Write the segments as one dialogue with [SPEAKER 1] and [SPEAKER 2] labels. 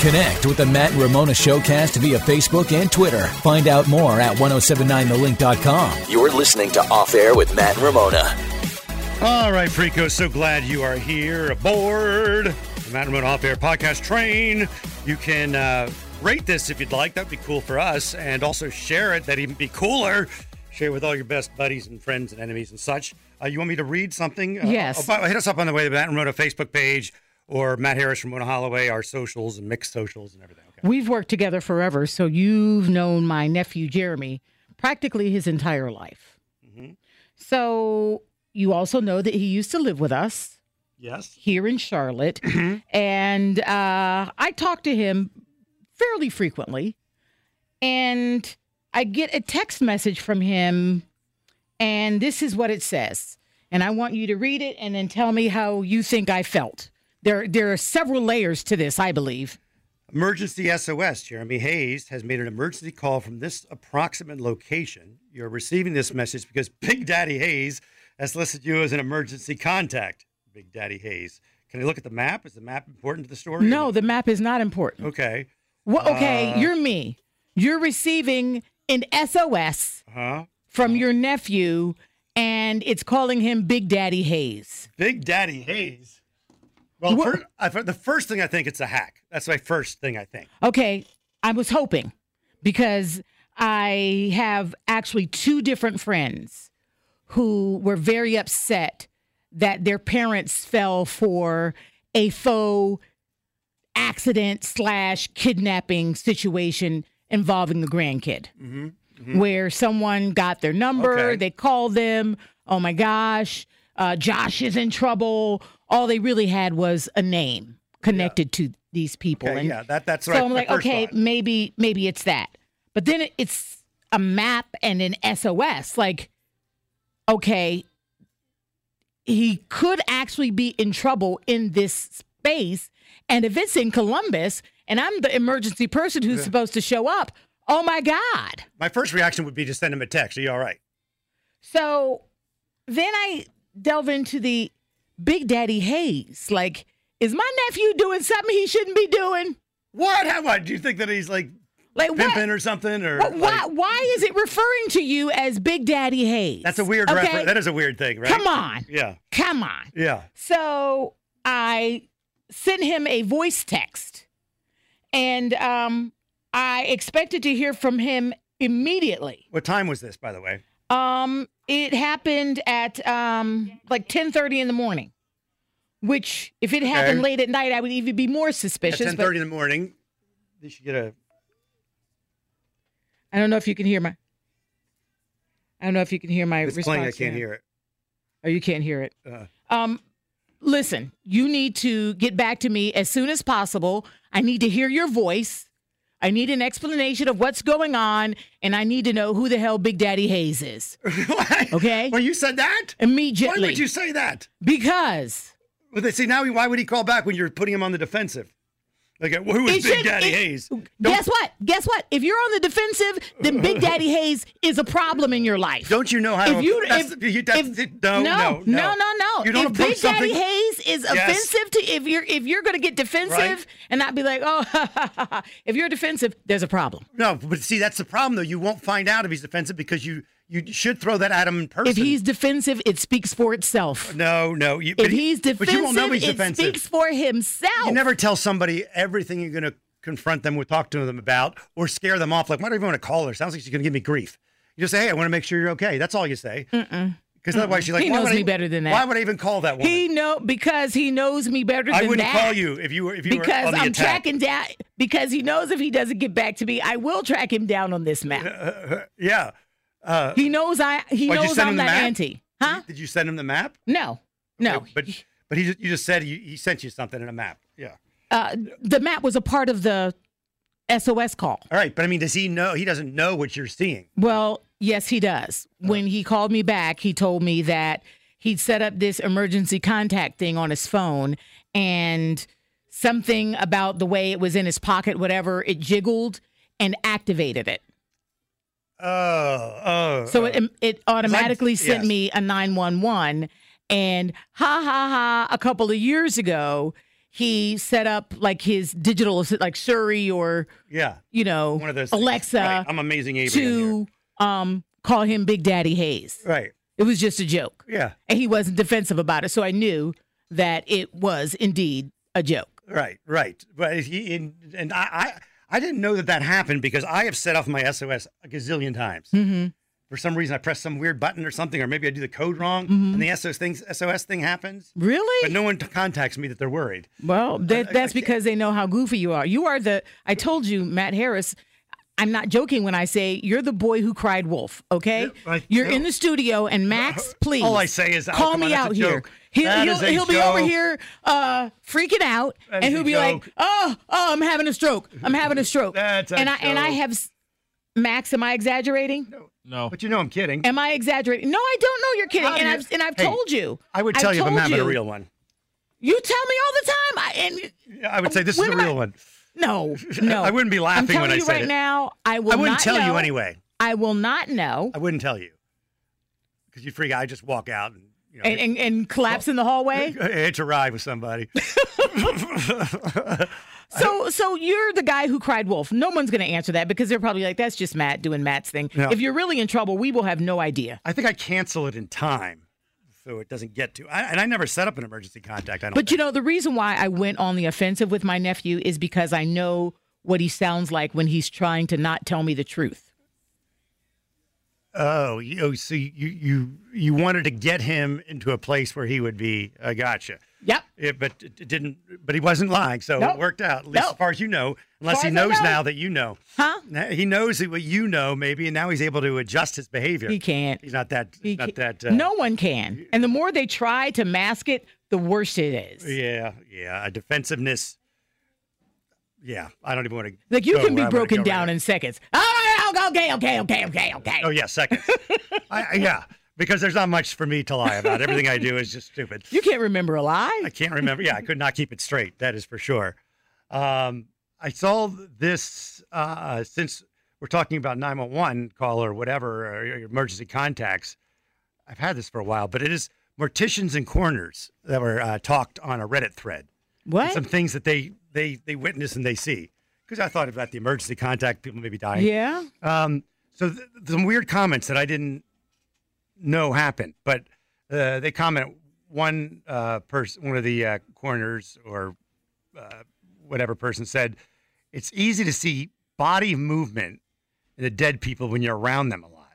[SPEAKER 1] Connect with the Matt and Ramona Showcast via Facebook and Twitter. Find out more at 1079thelink.com.
[SPEAKER 2] You're listening to Off Air with Matt and Ramona.
[SPEAKER 3] All right, Preco, so glad you are here aboard the Matt and Ramona Off Air Podcast Train. You can uh, rate this if you'd like. That would be cool for us. And also share it. That'd even be cooler. Share it with all your best buddies and friends and enemies and such. Uh, you want me to read something? Uh,
[SPEAKER 4] Yes.
[SPEAKER 3] oh, by- hit us up on the way to the Matt and Ramona Facebook page or Matt Harris from Ramona Holloway, our socials and mixed socials and everything. Okay.
[SPEAKER 4] We've worked together forever, so you've known my nephew Jeremy practically his entire life. So you also know that he used to live with us
[SPEAKER 3] Yes.
[SPEAKER 4] here in Charlotte, and uh, I talk to him fairly frequently, and I get a text message from him, and this is what it says, and I want you to read it and then tell me how you think I felt. There, there are several layers to this, I believe.
[SPEAKER 3] Emergency SOS. Jeremy Hayes has made an emergency call from this approximate location. You're receiving this message because Big Daddy Hayes has listed you as an emergency contact. Big Daddy Hayes. Can I look at the map? Is the map important to the story?
[SPEAKER 4] No, the map is not important.
[SPEAKER 3] Okay.
[SPEAKER 4] Well, okay, you're me. You're receiving an SOS
[SPEAKER 3] Huh?
[SPEAKER 4] from your nephew, and it's calling him Big Daddy Hayes.
[SPEAKER 3] Big Daddy Hayes. Well,
[SPEAKER 4] What-
[SPEAKER 3] fir- I fir- the first thing I think it's a hack. That's my first thing I think.
[SPEAKER 4] Okay, I was hoping because I have actually two different friends who were very upset that their parents fell for a faux accident slash kidnapping situation involving the grandkid, where someone got their number,
[SPEAKER 3] Mm-hmm. Okay.
[SPEAKER 4] they called them, oh my gosh, uh, Josh is in trouble. All they really had was a name connected to these people.
[SPEAKER 3] Okay,
[SPEAKER 4] and
[SPEAKER 3] yeah, that- that's
[SPEAKER 4] so
[SPEAKER 3] right,
[SPEAKER 4] I'm
[SPEAKER 3] my
[SPEAKER 4] like,
[SPEAKER 3] first
[SPEAKER 4] okay,
[SPEAKER 3] thought.
[SPEAKER 4] maybe maybe it's that. But then it- it's a map and an SOS. Like, okay, he could actually be in trouble in this space. And if it's in Columbus and I'm the emergency person who's supposed to show up, oh my God.
[SPEAKER 3] My first reaction would be to send him a text. Are you all right?
[SPEAKER 4] So then I delve into the Big Daddy Hayes. Like, is my nephew doing something he shouldn't be doing?
[SPEAKER 3] What? How what? Do you think that he's like
[SPEAKER 4] Like what?
[SPEAKER 3] pimping or something? Or
[SPEAKER 4] But
[SPEAKER 3] like-
[SPEAKER 4] why, why is it referring to you as Big Daddy Hayes?
[SPEAKER 3] That's a weird
[SPEAKER 4] okay?
[SPEAKER 3] reference. That is a weird thing, right?
[SPEAKER 4] Come on.
[SPEAKER 3] Yeah.
[SPEAKER 4] Come on.
[SPEAKER 3] Yeah.
[SPEAKER 4] So I sent him a voice text and um, I expected to hear from him immediately.
[SPEAKER 3] What time was this, by the way?
[SPEAKER 4] Um, it happened at um, like 1030 in the morning, which if it happened late at night, I would even be more
[SPEAKER 3] At
[SPEAKER 4] suspicious.
[SPEAKER 3] ten
[SPEAKER 4] But
[SPEAKER 3] thirty in the morning, they should get a.
[SPEAKER 4] I don't know if you can hear my. I don't know if you can hear my
[SPEAKER 3] It's
[SPEAKER 4] response.
[SPEAKER 3] playing. I
[SPEAKER 4] to
[SPEAKER 3] can't
[SPEAKER 4] him.
[SPEAKER 3] hear it.
[SPEAKER 4] Oh, you can't hear it.
[SPEAKER 3] Uh.
[SPEAKER 4] um, listen, you need to get back to me as soon as possible. I need to hear your voice. I need an explanation of what's going on, and I need to know who the hell Big Daddy Hayes is
[SPEAKER 3] Why?
[SPEAKER 4] Okay.
[SPEAKER 3] Well, you said that.
[SPEAKER 4] immediately.
[SPEAKER 3] Why would you say that?
[SPEAKER 4] Because
[SPEAKER 3] Well, they see now. Why would he call back when you're putting him on the defensive? Like, uh, who
[SPEAKER 4] It
[SPEAKER 3] is Big
[SPEAKER 4] should-
[SPEAKER 3] Daddy
[SPEAKER 4] it-
[SPEAKER 3] Hayes?
[SPEAKER 4] guess what? Guess what? If you're on the defensive, then Big Daddy Hayes is a problem in your life.
[SPEAKER 3] Don't you know how?
[SPEAKER 4] If
[SPEAKER 3] to,
[SPEAKER 4] you,
[SPEAKER 3] that's,
[SPEAKER 4] if,
[SPEAKER 3] you- that's-
[SPEAKER 4] if-
[SPEAKER 3] no, no,
[SPEAKER 4] no, no, no.
[SPEAKER 3] You don't
[SPEAKER 4] if
[SPEAKER 3] approach
[SPEAKER 4] Big
[SPEAKER 3] something.
[SPEAKER 4] Daddy Hayes is
[SPEAKER 3] Yes.
[SPEAKER 4] offensive to if you're if you're going to get defensive
[SPEAKER 3] Right.
[SPEAKER 4] and not be like, oh, if you're defensive, there's a problem.
[SPEAKER 3] No, but see, that's the problem though. You won't find out if he's defensive because you you should throw that at him in person.
[SPEAKER 4] If he's defensive, it speaks for itself.
[SPEAKER 3] no, no. You, but
[SPEAKER 4] If
[SPEAKER 3] he-
[SPEAKER 4] he's
[SPEAKER 3] but you won't know
[SPEAKER 4] defensive,
[SPEAKER 3] he's
[SPEAKER 4] it
[SPEAKER 3] defensive.
[SPEAKER 4] speaks for himself.
[SPEAKER 3] You never tell somebody everything you're going to confront them with, talk to them about, or scare them off. Like, why do you even want to call her? Sounds like she's going to give me grief. You just say, hey, I want to make sure you're okay. That's all you say. Because otherwise, she's like,
[SPEAKER 4] He
[SPEAKER 3] why
[SPEAKER 4] knows
[SPEAKER 3] would I,
[SPEAKER 4] me better than that.
[SPEAKER 3] Why would I even call that woman?
[SPEAKER 4] he know because he knows me better
[SPEAKER 3] I
[SPEAKER 4] than
[SPEAKER 3] wouldn't
[SPEAKER 4] that.
[SPEAKER 3] call you if you were if you were
[SPEAKER 4] because
[SPEAKER 3] on the
[SPEAKER 4] I'm
[SPEAKER 3] attack.
[SPEAKER 4] tracking down because he knows if he doesn't get back to me, I will track him down on this map.
[SPEAKER 3] Yeah.
[SPEAKER 4] He knows I he
[SPEAKER 3] Uh, Why'd you
[SPEAKER 4] knows
[SPEAKER 3] send him
[SPEAKER 4] I'm
[SPEAKER 3] the
[SPEAKER 4] not
[SPEAKER 3] map?
[SPEAKER 4] anti. Huh?
[SPEAKER 3] Did you send him the map?
[SPEAKER 4] No. No.
[SPEAKER 3] But but he just, you just said he, he sent you something in a map. Yeah.
[SPEAKER 4] uh, the map was a part of the SOS call.
[SPEAKER 3] All right, but I mean, does he know? He doesn't know what you're seeing.
[SPEAKER 4] Well, yes, he does.
[SPEAKER 3] Uh.
[SPEAKER 4] When he called me back, he told me that he'd set up this emergency contact thing on his phone and something about the way it was in his pocket, whatever, it jiggled and activated it.
[SPEAKER 3] Oh, oh.
[SPEAKER 4] So
[SPEAKER 3] oh.
[SPEAKER 4] it, it automatically sent
[SPEAKER 3] yes.
[SPEAKER 4] me a 911. And ha ha ha, a couple of years ago, he set up like his digital, assi- like Siri or,
[SPEAKER 3] yeah,
[SPEAKER 4] you know,
[SPEAKER 3] one of those. things.
[SPEAKER 4] Alexa
[SPEAKER 3] Right, I'm amazing, Avery. on
[SPEAKER 4] to um, call him Big Daddy Hayes.
[SPEAKER 3] here. Right.
[SPEAKER 4] It was just a joke.
[SPEAKER 3] Yeah.
[SPEAKER 4] And he wasn't defensive about it. So I knew that it was indeed a joke.
[SPEAKER 3] Right, right. But if he and, and I, I, I didn't know that that happened because I have set off my SOS a gazillion times. Mm-hmm. For some reason, I press some weird button or something, or maybe I do the code wrong, and the SOS thing, SOS thing happens.
[SPEAKER 4] Really?
[SPEAKER 3] But no one contacts me that they're worried.
[SPEAKER 4] Well, that, that's because they know how goofy you are. You are the, I told you, Matt Harris, I'm not joking when I say you're the boy who cried wolf, okay?
[SPEAKER 3] Yeah, I-
[SPEAKER 4] you're
[SPEAKER 3] no.
[SPEAKER 4] in the studio, and Max, please.
[SPEAKER 3] All I say is, oh,
[SPEAKER 4] call
[SPEAKER 3] come
[SPEAKER 4] me
[SPEAKER 3] on, that's a
[SPEAKER 4] out here.
[SPEAKER 3] joke.
[SPEAKER 4] He,
[SPEAKER 3] That
[SPEAKER 4] will
[SPEAKER 3] is a
[SPEAKER 4] he'll be over
[SPEAKER 3] joke.
[SPEAKER 4] here uh, freaking out,
[SPEAKER 3] That
[SPEAKER 4] and
[SPEAKER 3] is a
[SPEAKER 4] he'll be
[SPEAKER 3] joke.
[SPEAKER 4] like, oh, oh, I'm having a stroke. I'm having a stroke.
[SPEAKER 3] That's a
[SPEAKER 4] and I And I
[SPEAKER 3] joke.
[SPEAKER 4] have, s- Max, am I exaggerating?
[SPEAKER 5] No.
[SPEAKER 3] But you know, I'm kidding.
[SPEAKER 4] Am I exaggerating? No, I don't know. You're kidding.
[SPEAKER 3] How do
[SPEAKER 4] And
[SPEAKER 3] you-
[SPEAKER 4] I've and I've
[SPEAKER 3] Hey,
[SPEAKER 4] told you.
[SPEAKER 3] I would
[SPEAKER 4] I've
[SPEAKER 3] tell you if I'm
[SPEAKER 4] told
[SPEAKER 3] having a real one.
[SPEAKER 4] You tell me all the time. I, and
[SPEAKER 3] I would say this is
[SPEAKER 4] When
[SPEAKER 3] a
[SPEAKER 4] am I-
[SPEAKER 3] real one.
[SPEAKER 4] no, no.
[SPEAKER 3] I wouldn't be laughing
[SPEAKER 4] I'm telling
[SPEAKER 3] when I
[SPEAKER 4] you
[SPEAKER 3] said
[SPEAKER 4] right
[SPEAKER 3] it.
[SPEAKER 4] now. I will.
[SPEAKER 3] I wouldn't
[SPEAKER 4] not
[SPEAKER 3] tell you
[SPEAKER 4] know.
[SPEAKER 3] anyway.
[SPEAKER 4] I will not know.
[SPEAKER 3] I wouldn't tell you because you freak. out. I just walk out and you know,
[SPEAKER 4] And, and, and collapse in the hallway.
[SPEAKER 3] it's a ride with somebody. Oh.
[SPEAKER 4] So so you're the guy who cried wolf. No one's going to answer that because they're probably like, that's just Matt doing Matt's thing.
[SPEAKER 3] No.
[SPEAKER 4] If you're really in trouble, we will have no idea.
[SPEAKER 3] I think I cancel it in time, so it doesn't get to. I, and I never set up an emergency contact. I don't.
[SPEAKER 4] But you know, the reason why I went on the offensive with my nephew is because I know what he sounds like when he's trying to not tell me the truth.
[SPEAKER 3] know, oh, you, oh, so you you you wanted to get him into a place where he would be. I gotcha.
[SPEAKER 4] Yep.
[SPEAKER 3] Yeah, but it didn't. But he wasn't lying, so
[SPEAKER 4] Nope.
[SPEAKER 3] it worked out. At least as
[SPEAKER 4] Nope.
[SPEAKER 3] far as you know, unless
[SPEAKER 4] Far
[SPEAKER 3] he
[SPEAKER 4] as I
[SPEAKER 3] knows
[SPEAKER 4] know.
[SPEAKER 3] now that you know.
[SPEAKER 4] Huh?
[SPEAKER 3] Now- He knows that what you know, maybe, and now he's able to adjust his behavior.
[SPEAKER 4] He can't.
[SPEAKER 3] He's not that.
[SPEAKER 4] He
[SPEAKER 3] not
[SPEAKER 4] ca-
[SPEAKER 3] that. Uh,
[SPEAKER 4] no one can. And the more they try to mask it, the worse it is.
[SPEAKER 3] Yeah, yeah. Defensiveness. Yeah, I don't even want to.
[SPEAKER 4] Like you can be broken down in seconds. Oh, okay, okay, okay, okay, okay.
[SPEAKER 3] Oh yeah, seconds. I, I- yeah, because there's not much for me to lie about. Everything I do is just stupid.
[SPEAKER 4] You can't remember a lie.
[SPEAKER 3] I can't remember. Yeah, I could not keep it straight. That is for sure. Um, I saw this uh, since we're talking about 911 call or whatever, or your emergency contacts. I've had this for a while, but it is morticians and coroners that were uh, talked on a Reddit thread.
[SPEAKER 4] What?
[SPEAKER 3] Some things that they they they witness and they see. Because I thought about the emergency contact, people maybe dying.
[SPEAKER 4] yeah.
[SPEAKER 3] Um, so th- some weird comments that I didn't know happened, but uh, they comment one uh, person, one of the uh, coroners or uh, whatever person said, it's easy to see body movement in the dead people when you're around them a lot.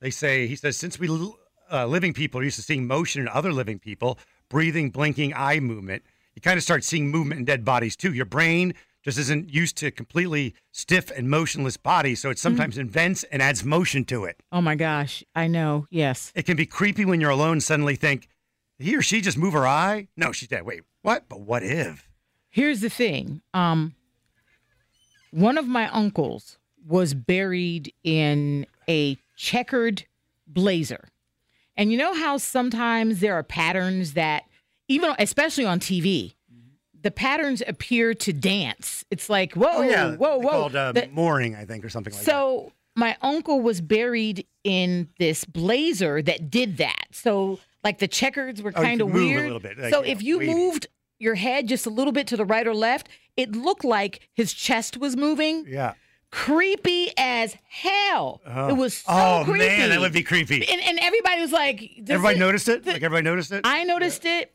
[SPEAKER 3] They say he says since we l- uh, living people are used to seeing motion in other living people, breathing, blinking, eye movement, you kind of start seeing movement in dead bodies too. Your brain just isn't used to completely stiff and motionless bodies,
[SPEAKER 4] Mm-hmm.
[SPEAKER 3] so it sometimes invents and adds motion to it.
[SPEAKER 4] Oh my gosh. I know. Yes.
[SPEAKER 3] It can be creepy when you're alone. and Suddenly think, did he or she just move her eye? No, she's dead. Wait, what? But what if?
[SPEAKER 4] Here's the thing. Um, one of my uncles was buried in a checkered blazer. And you know how sometimes there are patterns that, even especially on TV, the patterns appear to dance. It's like, whoa, whoa,
[SPEAKER 3] Oh, they
[SPEAKER 4] whoa.
[SPEAKER 3] Called uh,
[SPEAKER 4] The-
[SPEAKER 3] mooring, I think, or something like that.
[SPEAKER 4] so my uncle was buried in this blazer that did that. So like the checkers were
[SPEAKER 3] Oh, you
[SPEAKER 4] kind of
[SPEAKER 3] could move a
[SPEAKER 4] weird.
[SPEAKER 3] little bit, like,
[SPEAKER 4] so
[SPEAKER 3] you know,
[SPEAKER 4] if you
[SPEAKER 3] wavy.
[SPEAKER 4] moved your head just a little bit to the right or left, it looked like his chest was moving.
[SPEAKER 3] Yeah.
[SPEAKER 4] Creepy as hell. It was so
[SPEAKER 3] oh
[SPEAKER 4] creepy.
[SPEAKER 3] man, that would be creepy.
[SPEAKER 4] And, and everybody was like, this
[SPEAKER 3] everybody
[SPEAKER 4] is-
[SPEAKER 3] noticed it.
[SPEAKER 4] thi-
[SPEAKER 3] like everybody noticed it.
[SPEAKER 4] I noticed it.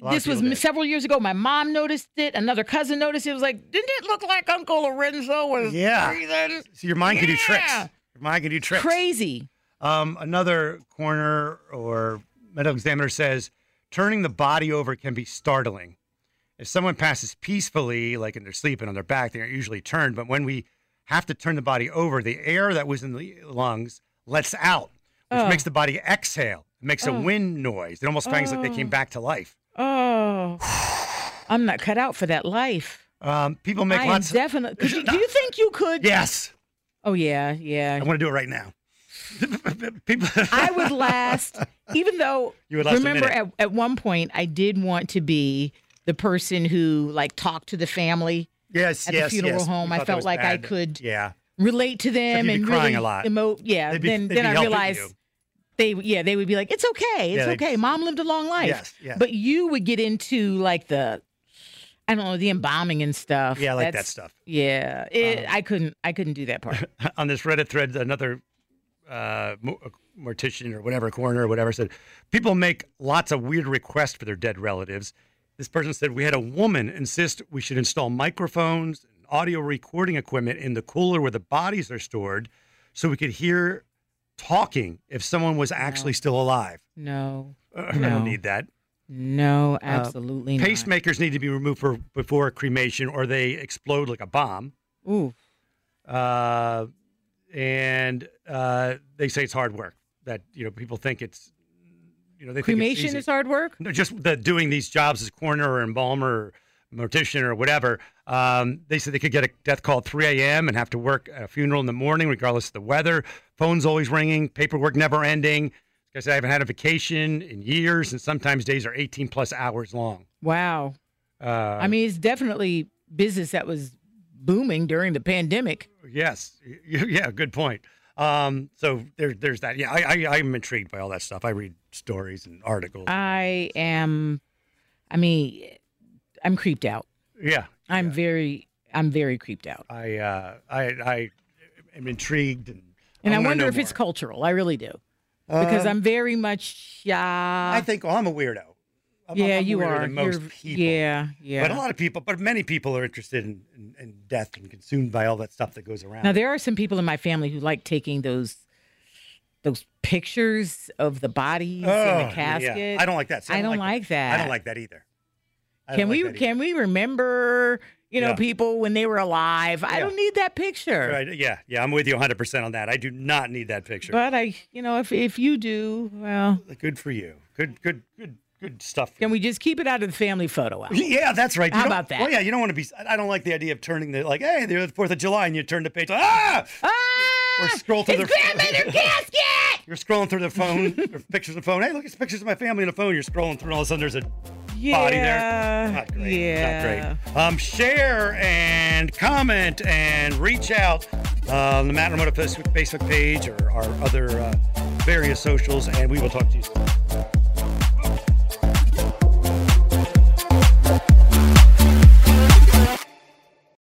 [SPEAKER 3] A lot of
[SPEAKER 4] This was
[SPEAKER 3] people did.
[SPEAKER 4] several years ago. My mom noticed it. Another cousin noticed it. It was like, didn't it look like Uncle Lorenzo was
[SPEAKER 3] Yeah.
[SPEAKER 4] breathing?
[SPEAKER 3] So your mind can do tricks.
[SPEAKER 4] Yeah.
[SPEAKER 3] Your mind can do tricks.
[SPEAKER 4] Crazy.
[SPEAKER 3] Um, another coroner or medical examiner says turning the body over can be startling. If someone passes peacefully, like in their sleep and on their back, they aren't usually turned. But when we have to turn the body over, the air that was in the lungs lets out, which
[SPEAKER 4] Oh.
[SPEAKER 3] makes the body exhale. It makes a wind noise. It almost sounds like they came back to life.
[SPEAKER 4] Oh. I'm not cut out for that life.
[SPEAKER 3] Um, people make
[SPEAKER 4] I am
[SPEAKER 3] lots.
[SPEAKER 4] definitely. could you- do you think you could?
[SPEAKER 3] yes,
[SPEAKER 4] Oh yeah, yeah.
[SPEAKER 3] I want to do it right now. people,
[SPEAKER 4] I would last, even though
[SPEAKER 3] You would last a
[SPEAKER 4] remember
[SPEAKER 3] minute.
[SPEAKER 4] at, at one point I did want to be the person who like talked to the family,
[SPEAKER 3] yes,
[SPEAKER 4] at the
[SPEAKER 3] yes,
[SPEAKER 4] funeral
[SPEAKER 3] yes.
[SPEAKER 4] home,
[SPEAKER 3] You
[SPEAKER 4] I
[SPEAKER 3] thought that
[SPEAKER 4] felt
[SPEAKER 3] was
[SPEAKER 4] like I
[SPEAKER 3] bad.
[SPEAKER 4] could-
[SPEAKER 3] Yeah,
[SPEAKER 4] relate to
[SPEAKER 3] you'd
[SPEAKER 4] them,
[SPEAKER 3] be
[SPEAKER 4] and
[SPEAKER 3] crying
[SPEAKER 4] really
[SPEAKER 3] a lot.
[SPEAKER 4] Emote, yeah.
[SPEAKER 3] They'd be-
[SPEAKER 4] then
[SPEAKER 3] they'd
[SPEAKER 4] then
[SPEAKER 3] be
[SPEAKER 4] I
[SPEAKER 3] helping
[SPEAKER 4] realized
[SPEAKER 3] you.
[SPEAKER 4] they yeah they would be like it's okay, it's
[SPEAKER 3] Yeah, they'd-
[SPEAKER 4] okay. Mom lived a long life.
[SPEAKER 3] Yes, yes.
[SPEAKER 4] But you would get into like the I don't know the embalming and stuff.
[SPEAKER 3] yeah, I like that
[SPEAKER 4] That's-
[SPEAKER 3] stuff. Um,
[SPEAKER 4] Yeah, it, I couldn't I couldn't do that part.
[SPEAKER 3] on this Reddit thread, another uh, mo- mortician or whatever, coroner or whatever said, people make lots of weird requests for their dead relatives. This person said, We had a woman insist we should install microphones and audio recording equipment in the cooler where the bodies are stored so we could hear talking if someone was actually still alive.
[SPEAKER 4] No,
[SPEAKER 3] I
[SPEAKER 4] No.
[SPEAKER 3] don't need that. Uh,
[SPEAKER 4] no, absolutely not.
[SPEAKER 3] Pacemakers need to be removed for, before cremation or they explode like a bomb.
[SPEAKER 4] Ooh,
[SPEAKER 3] uh, and uh, they say it's hard work. That you know, people think it's you know they
[SPEAKER 4] cremation
[SPEAKER 3] think
[SPEAKER 4] is
[SPEAKER 3] it's easy.
[SPEAKER 4] hard work.
[SPEAKER 3] No, just the doing these jobs as coroner or embalmer, or mortician or whatever. Um, they said they could get a death call at 3 a.m. and have to work at a funeral in the morning, regardless of the weather. Phones always ringing, paperwork never ending. Like I said, I haven't had a vacation in years, and sometimes days are 18 plus hours long.
[SPEAKER 4] Wow.
[SPEAKER 3] Uh,
[SPEAKER 4] I mean, it's definitely business that was booming during the pandemic.
[SPEAKER 3] Yes. Y- Yeah. Good point. Um, so there, there's that. Yeah, I, I, I'm intrigued by all that stuff. I read stories and articles.
[SPEAKER 4] Uh, I am, I mean, I'm creeped out.
[SPEAKER 3] yeah,
[SPEAKER 4] I'm very, I'm very creeped out.
[SPEAKER 3] I, uh, I, I am intrigued, and,
[SPEAKER 4] And I
[SPEAKER 3] wanna
[SPEAKER 4] wonder
[SPEAKER 3] know
[SPEAKER 4] if it's
[SPEAKER 3] more. Uh-huh.
[SPEAKER 4] cultural. I really do. Because I'm very much shy.
[SPEAKER 3] Um, I think well, I'm a weirdo. I'm,
[SPEAKER 4] yeah,
[SPEAKER 3] I'm
[SPEAKER 4] you
[SPEAKER 3] weirder
[SPEAKER 4] are.
[SPEAKER 3] Than most
[SPEAKER 4] You're-
[SPEAKER 3] people.
[SPEAKER 4] Yeah, yeah.
[SPEAKER 3] But a lot of people, but many people are interested in, in, in death and consumed by all that stuff that goes around.
[SPEAKER 4] Now there are some people in my family who like taking those those pictures of the bodies
[SPEAKER 3] Oh,
[SPEAKER 4] in the casket.
[SPEAKER 3] Yeah. I don't like that. See,
[SPEAKER 4] I don't like that.
[SPEAKER 3] I don't like that either. I don't
[SPEAKER 4] Can
[SPEAKER 3] like
[SPEAKER 4] we
[SPEAKER 3] that either.
[SPEAKER 4] can we remember you know
[SPEAKER 3] Yeah.
[SPEAKER 4] people when they were alive? I
[SPEAKER 3] Yeah.
[SPEAKER 4] don't need that picture.
[SPEAKER 3] Right, yeah, yeah, I'm with you 100% on that. I do not need that picture.
[SPEAKER 4] But I you know if if you do, well,
[SPEAKER 3] Good for you. Good, good, good, good stuff. for
[SPEAKER 4] can
[SPEAKER 3] you.
[SPEAKER 4] we just keep it out of the family photo album?
[SPEAKER 3] Yeah, that's right. You
[SPEAKER 4] How
[SPEAKER 3] don't-
[SPEAKER 4] about that?
[SPEAKER 3] Well, yeah, you don't want to be. I I don't like the idea of turning the like, hey, they're the Fourth of July, and you turn the page, like, ah,
[SPEAKER 4] Ah,
[SPEAKER 3] Or scroll through
[SPEAKER 4] it's
[SPEAKER 3] their-
[SPEAKER 4] grandmother casket.
[SPEAKER 3] you're scrolling through the phone, or pictures of the phone. Hey, look, it's pictures of my family on the phone. You're scrolling through, and all of a sudden, there's a body
[SPEAKER 4] Yeah,
[SPEAKER 3] there. Not great.
[SPEAKER 4] Yeah.
[SPEAKER 3] Not great. Um, share and comment and reach out uh, on the Matt Ramona Facebook Facebook page or our other uh, various socials, and we will talk to you soon.